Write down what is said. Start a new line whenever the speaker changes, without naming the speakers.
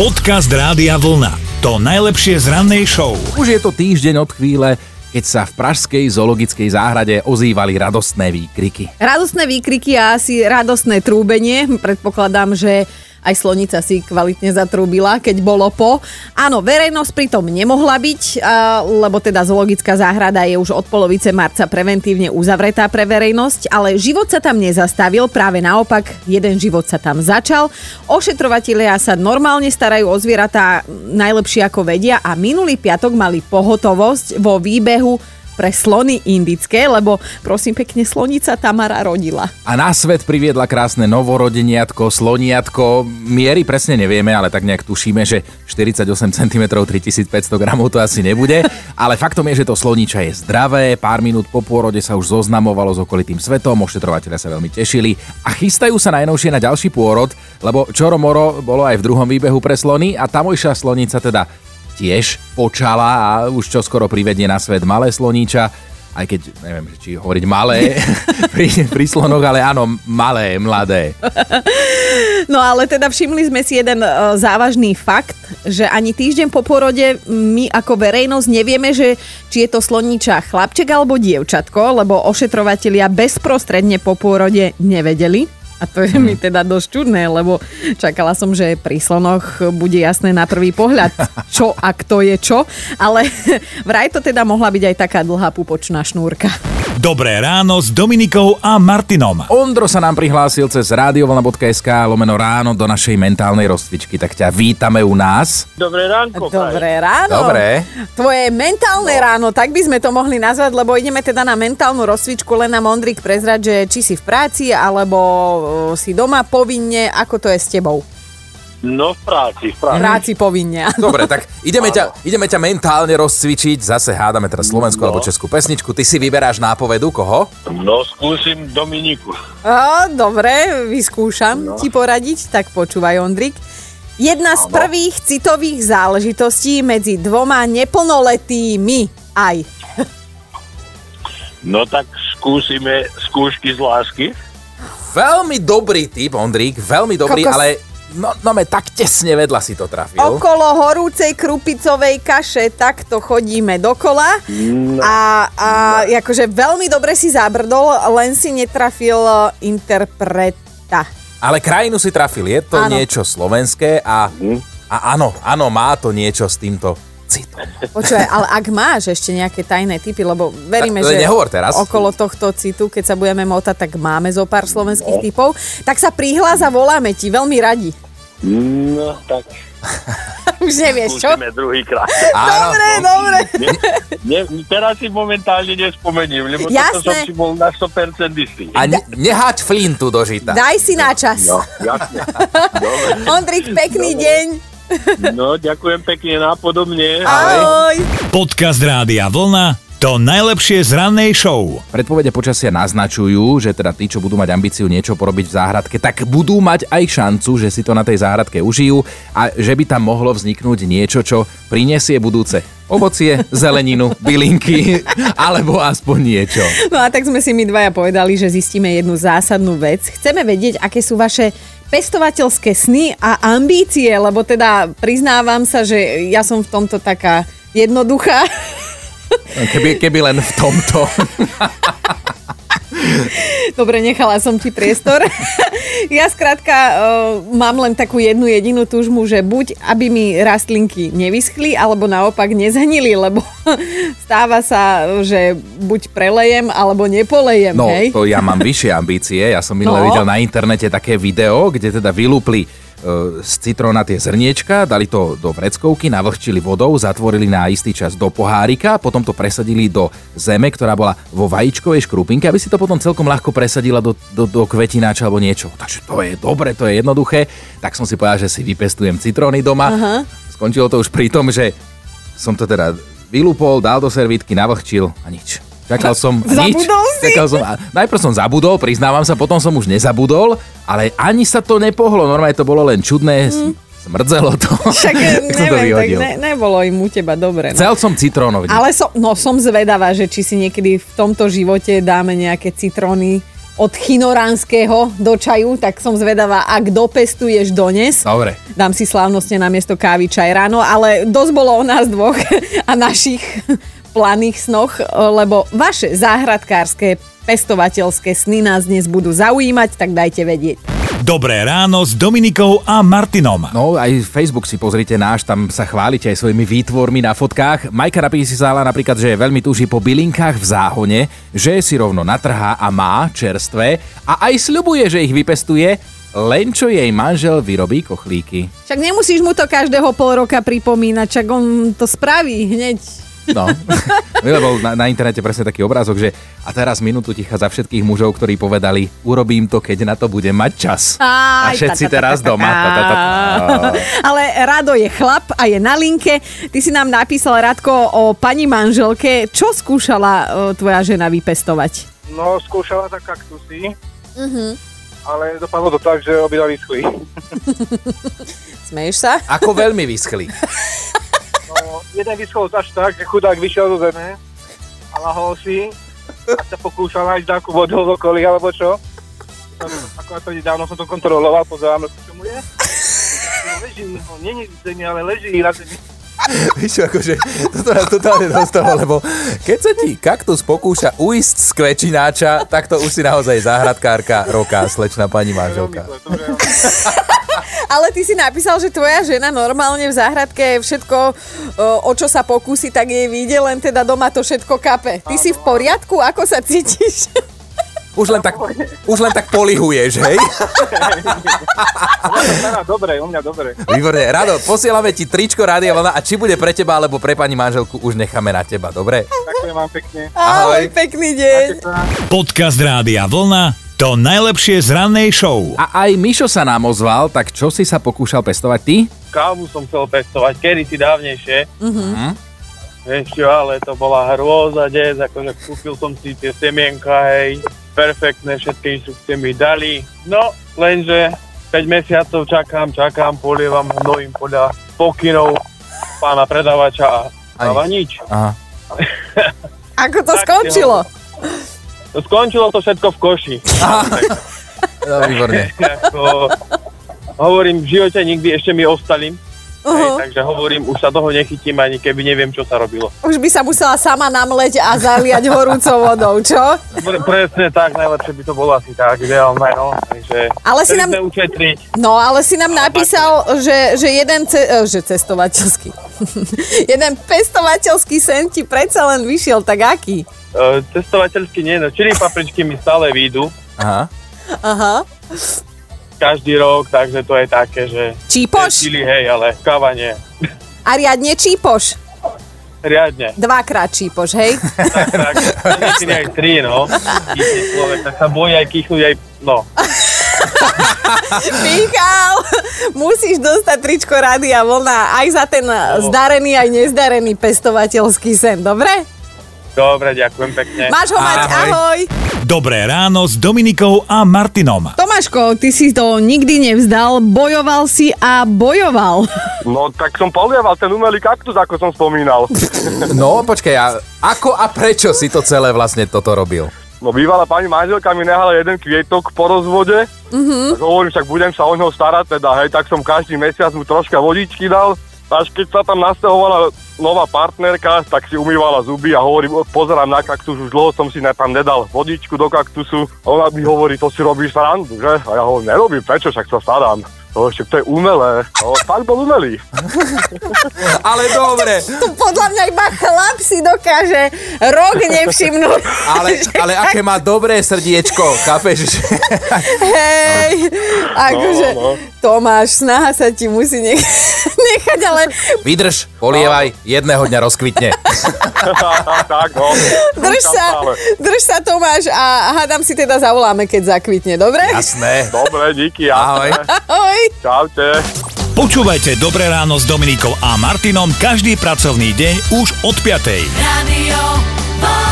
Podcast Rádia Vlna. To najlepšie z rannej show.
Už je to týždeň od chvíle, keď sa v pražskej zoologickej záhrade ozývali radostné výkriky.
Radostné výkriky a asi radostné trúbenie. Predpokladám, že aj slonica si kvalitne zatrúbila, keď bolo po. Áno, verejnosť pritom nemohla byť, a- lebo teda zoologická záhrada je už od polovice marca preventívne uzavretá pre verejnosť, ale život sa tam nezastavil, práve naopak, jeden život sa tam začal. Ošetrovatelia sa normálne starajú o zvieratá najlepšie ako vedia a minulý piatok mali pohotovosť vo výbehu pre slony indické, lebo prosím pekne, slonica Tamara rodila.
A na svet priviedla krásne novorodeniatko, sloniatko. Miery presne nevieme, ale tak nejak tušíme, že 48 cm 3500 g to asi nebude. Ale faktom je, že to sloniča je zdravé. Pár minút po pôrode sa už zoznamovalo s okolitým svetom, ošetrovateľia sa veľmi tešili a chystajú sa najnovšie na ďalší pôrod, lebo Čoromoro bolo aj v druhom výbehu pre slony a tamojšia slonica teda tiež počala a už čo skoro privedie na svet malé sloníča aj keď neviem, že či hovoriť malé pri, pri slonoch, ale áno, malé, mladé.
No ale teda všimli sme si jeden e, závažný fakt, že ani týždeň po porode my ako verejnosť nevieme, že či je to sloniča chlapček alebo dievčatko, lebo ošetrovatelia bezprostredne po pôrode nevedeli. A to je mi teda dosť čudné, lebo čakala som, že pri slonoch bude jasné na prvý pohľad, čo a kto je čo. Ale vraj to teda mohla byť aj taká dlhá pupočná šnúrka.
Dobré ráno s Dominikou a Martinom.
Ondro sa nám prihlásil cez radiovolna.sk lomeno ráno do našej mentálnej rozcvičky, tak ťa vítame u nás.
Dobré ránko, Kaj.
Dobré ráno.
Dobre.
Tvoje mentálne no. ráno, tak by sme to mohli nazvať, lebo ideme teda na mentálnu rozcvičku, len nám Ondrik prezrať, že či si v práci, alebo e, si doma povinne, ako to je s tebou.
No v
V
práci, v práci.
práci povinne.
Dobre, tak ideme ťa, ideme ťa mentálne rozcvičiť, zase hádame teraz slovenskú
No.
alebo českú pesničku, ty si vyberáš nápovedu, koho?
No skúsim Dominiku.
O, dobre, vyskúšam no. ti poradiť, tak počúvaj Ondrik. Jedna z prvých citových záležitostí medzi dvoma neplnoletými aj.
No tak skúsime skúšky z lásky.
Veľmi dobrý typ, Ondrík, veľmi dobrý,
Kokos.
ale no, no me tak tesne vedľa si to trafil.
Okolo horúcej krupicovej kaše takto chodíme dokola a, a akože veľmi dobre si zabrdol, len si netrafil e, interpreta.
Ale krajinu si trafil, je to
Áno.
áno. niečo slovenské a, a áno, áno, má to niečo s týmto citom.
Počúvaj, ale ak máš ešte nejaké tajné typy, lebo veríme,
Tak,
že
nehovor teraz.
okolo tohto citu, keď sa budeme motať, tak máme zo pár slovenských typov, tak sa prihlás a voláme ti, veľmi radi.
No tak
Už nevieš, čo?
skúsime druhýkrát.
Áno,
Dobre, dobre.
Ne, ne, teraz si momentálne nespomeniem, lebo
Jasné.
toto som si bol na 100% istý.
a ne, neháť flintu do žita.
Daj si na čas.
No, jasne. Dobre.
Ondrik, pekný deň.
No, ďakujem pekne, nápodobne.
Ahoj.
Podcast Rádia Vlna. To najlepšie z rannej show.
Predpovede počasia naznačujú, že teda tí, čo budú mať ambíciu niečo porobiť v záhradke, tak budú mať aj šancu, že si to na tej záhradke užijú a že by tam mohlo vzniknúť niečo, čo prinesie budúce ovocie, zeleninu, bylinky alebo aspoň niečo.
No a tak sme si my dvaja povedali, že zistíme jednu zásadnú vec. Chceme vedieť, aké sú vaše pestovateľské sny a ambície, lebo teda priznávam sa, že ja som v tomto taká jednoduchá.
Keby, keby len v tomto.
Dobre, nechala som ti priestor. ja skrátka uh, mám len takú jednu jedinú túžmu, že buď, aby mi rastlinky nevyschli, alebo naopak nezhnili, lebo stáva sa, že buď prelejem, alebo nepolejem.
No,
hej?
to ja mám vyššie ambície. Ja som minule
No.
no. videl na internete také video, kde teda vylúpli e, z citróna tie zrniečka, dali to do vreckovky, navlhčili vodou, zatvorili na istý čas do pohárika, potom to presadili do zeme, ktorá bola vo vajíčkovej škrupinke, aby si to potom celkom ľahko presadila do, do, do kvetináča alebo niečo. Takže to je dobre, to je jednoduché. Tak som si povedal, že si vypestujem citróny doma. Aha. Skončilo to už pri tom, že som to teda vylúpol, dal do servitky, navlhčil a nič. Čakal som a nič.
Zabudol si?
Čakal som, a najprv som zabudol, priznávam sa, potom som už nezabudol, ale ani sa to nepohlo. Normálne to bolo len čudné, mm. smrdzelo to.
Však eh,
Tak som to
neviem, tak
vyhodil.
ne, nebolo im u teba dobre. No.
Chcel som citrónov.
Ale som, no, som zvedavá, že či si niekedy v tomto živote dáme nejaké citróny od chinoránskeho do čaju, tak som zvedavá, ak dopestuješ dones.
Dobre.
Dám si slávnostne na miesto kávy čaj ráno, ale dosť bolo o nás dvoch a našich planých snoch, lebo vaše záhradkárske, pestovateľské sny nás dnes budú zaujímať, tak dajte vedieť.
Dobré ráno s Dominikou a Martinom.
No aj Facebook si pozrite náš, tam sa chválite aj svojimi výtvormi na fotkách. Majka Rapí si zála napríklad, že veľmi túži po bylinkách v záhone, že si rovno natrhá a má čerstvé a aj sľubuje, že ich vypestuje, len čo jej manžel vyrobí kochlíky.
Však nemusíš mu to každého pol roka pripomínať, čak on to spraví hneď
No, lebo na, na internete presne taký obrázok, že a teraz minútu ticha za všetkých mužov, ktorí povedali, urobím to, keď na to bude mať čas.
Aj,
a všetci
tá, tá,
teraz
tá, tá,
doma.
tá.
Tá, tá, tá, tá.
Ale Rado je chlap a je na linke. Ty si nám napísal, Radko, o pani manželke. Čo skúšala e, tvoja žena vypestovať?
No, skúšala za kaktusy. Mm-hmm. Ale dopadlo to tak, že obidva vyschli.
Smeješ sa?
Ako veľmi vyschli.
No, jeden vyschol až tak, že chudák vyšiel do zeme a lahol si a sa pokúšal nájsť nejakú vodu v okolí, alebo čo. Som, akorát to nedávno som to kontroloval, pozerám, čo mu je. No, leží, on není v zemi, ale leží na zemi.
Víš, akože toto nás totálne dostalo, lebo keď sa ti kaktus pokúša uísť z kvečináča, tak to už si naozaj záhradkárka roka, slečná pani manželka.
Veľmi zle, dobre.
Ale ty si napísal, že tvoja žena normálne v záhradke všetko, e, o čo sa pokúsi, tak jej vyjde, len teda doma to všetko kape. Ty si v poriadku? Ako sa cítiš?
Už len tak, už len tak polihuješ, hej?
No, Stará, dobre, u mňa dobre.
Výborne, Rado, posielame ti tričko Rádia Vlna a či bude pre teba alebo pre pani manželku, už necháme na teba, dobre?
Ďakujem vám pekne.
Ahoj,
Ahoj.
pekný deň.
Podcast Rádia Vlna to najlepšie z rannej show.
A aj Mišo sa nám ozval, tak čo si sa pokúšal pestovať ty?
Kávu som chcel pestovať, kedy si dávnejšie. Mm-hmm. Vieš čo, ale to bola hrôza, des, ako kúpil som si tie semienka, hej, perfektné, všetky inštrukcie mi dali. No, lenže 5 mesiacov čakám, čakám, polievam hnojím podľa pokynov pána predávača a dáva nič.
Aha.
Ako to
Tak,
skončilo?
No, Skončilo to všetko v koši.
No, výborne.
Ako, hovorím, v živote nikdy ešte mi ostali. Hej,
Uhu.
takže hovorím, už sa toho nechytím ani keby neviem, čo sa robilo.
Už by sa musela sama namleť a zaliať horúcou vodou, čo?
Pre- presne tak, najlepšie by to bolo asi tak, ideálne, no. Takže
Ale si
chceli
nám-
sme ušetriť.
No, ale si nám napísal, že, že jeden ce, eh, že cestovateľský. jeden pestovateľský sen ti predsa len vyšiel, tak aký?
E, cestovateľsky nie, no čili papričky mi stále výjdu
Aha.
Aha.
každý rok, takže to je také, že...
Čípoš?
Čili, hej, ale káva nie.
A riadne čípoš.
Riadne.
Dvakrát čípoš, hej?
Tak, tak. Niekedy aj tri, no. Kýchne človek, tak sa bojí aj kýchnuť aj... No.
Michal, musíš dostať tričko Rádia Vlna aj za ten eh, zdarený, aj nezdarený pestovateľský sen, dobre?
Dobre, ďakujem pekne.
Máš ho mať,
Ahoj.
ahoj!
Dobré ráno s Dominikou a Martinom.
Tomáško, ty si to nikdy nevzdal, bojoval si a bojoval.
No tak som polieval ten umelý kaktus, ako som spomínal.
No, počkaj, a ako a prečo si to celé vlastne toto robil?
No bývalá pani manželka mi nehala jeden kvietok po rozvode.
Mhm.
Mm-hmm. Tak hovorím, však budem sa o ňoho starať, teda hej, tak som každý mesiac mu troška vodičky dal. Až keď sa tam nastahovala nová partnerka, tak si umývala zuby a hovorím, "O, pozerám na kaktus, už dlho som si ne, tam nedal vodičku do kaktusu. A ona mi hovorí, to si robíš srandu, že? A ja hovorím, nerobím, prečo, však sa starám. No, však to je umelé. No, fakt bol umelý.
Ale dobre,
Podľa mňa iba chlap si dokáže rok nevšimnúť.
ale, ale aké má dobré srdiečko, chápeš? že-
Hej,
No.
akože Tomáš, snaha sa ti musí nech- nechať, ale
Vydrž, polievaj, jedného dňa rozkvitne.
tak, no.
drž sa,
Stále.
drž sa Tomáš a hádam si teda zavoláme, keď zakvitne, dobre?
Jasné.
Dobre, díky. Ja.
Ahoj.
Ahoj.
Čaute.
Počúvajte Dobré ráno s Dominikou a Martinom každý pracovný deň už od 5.
Radio Vlna.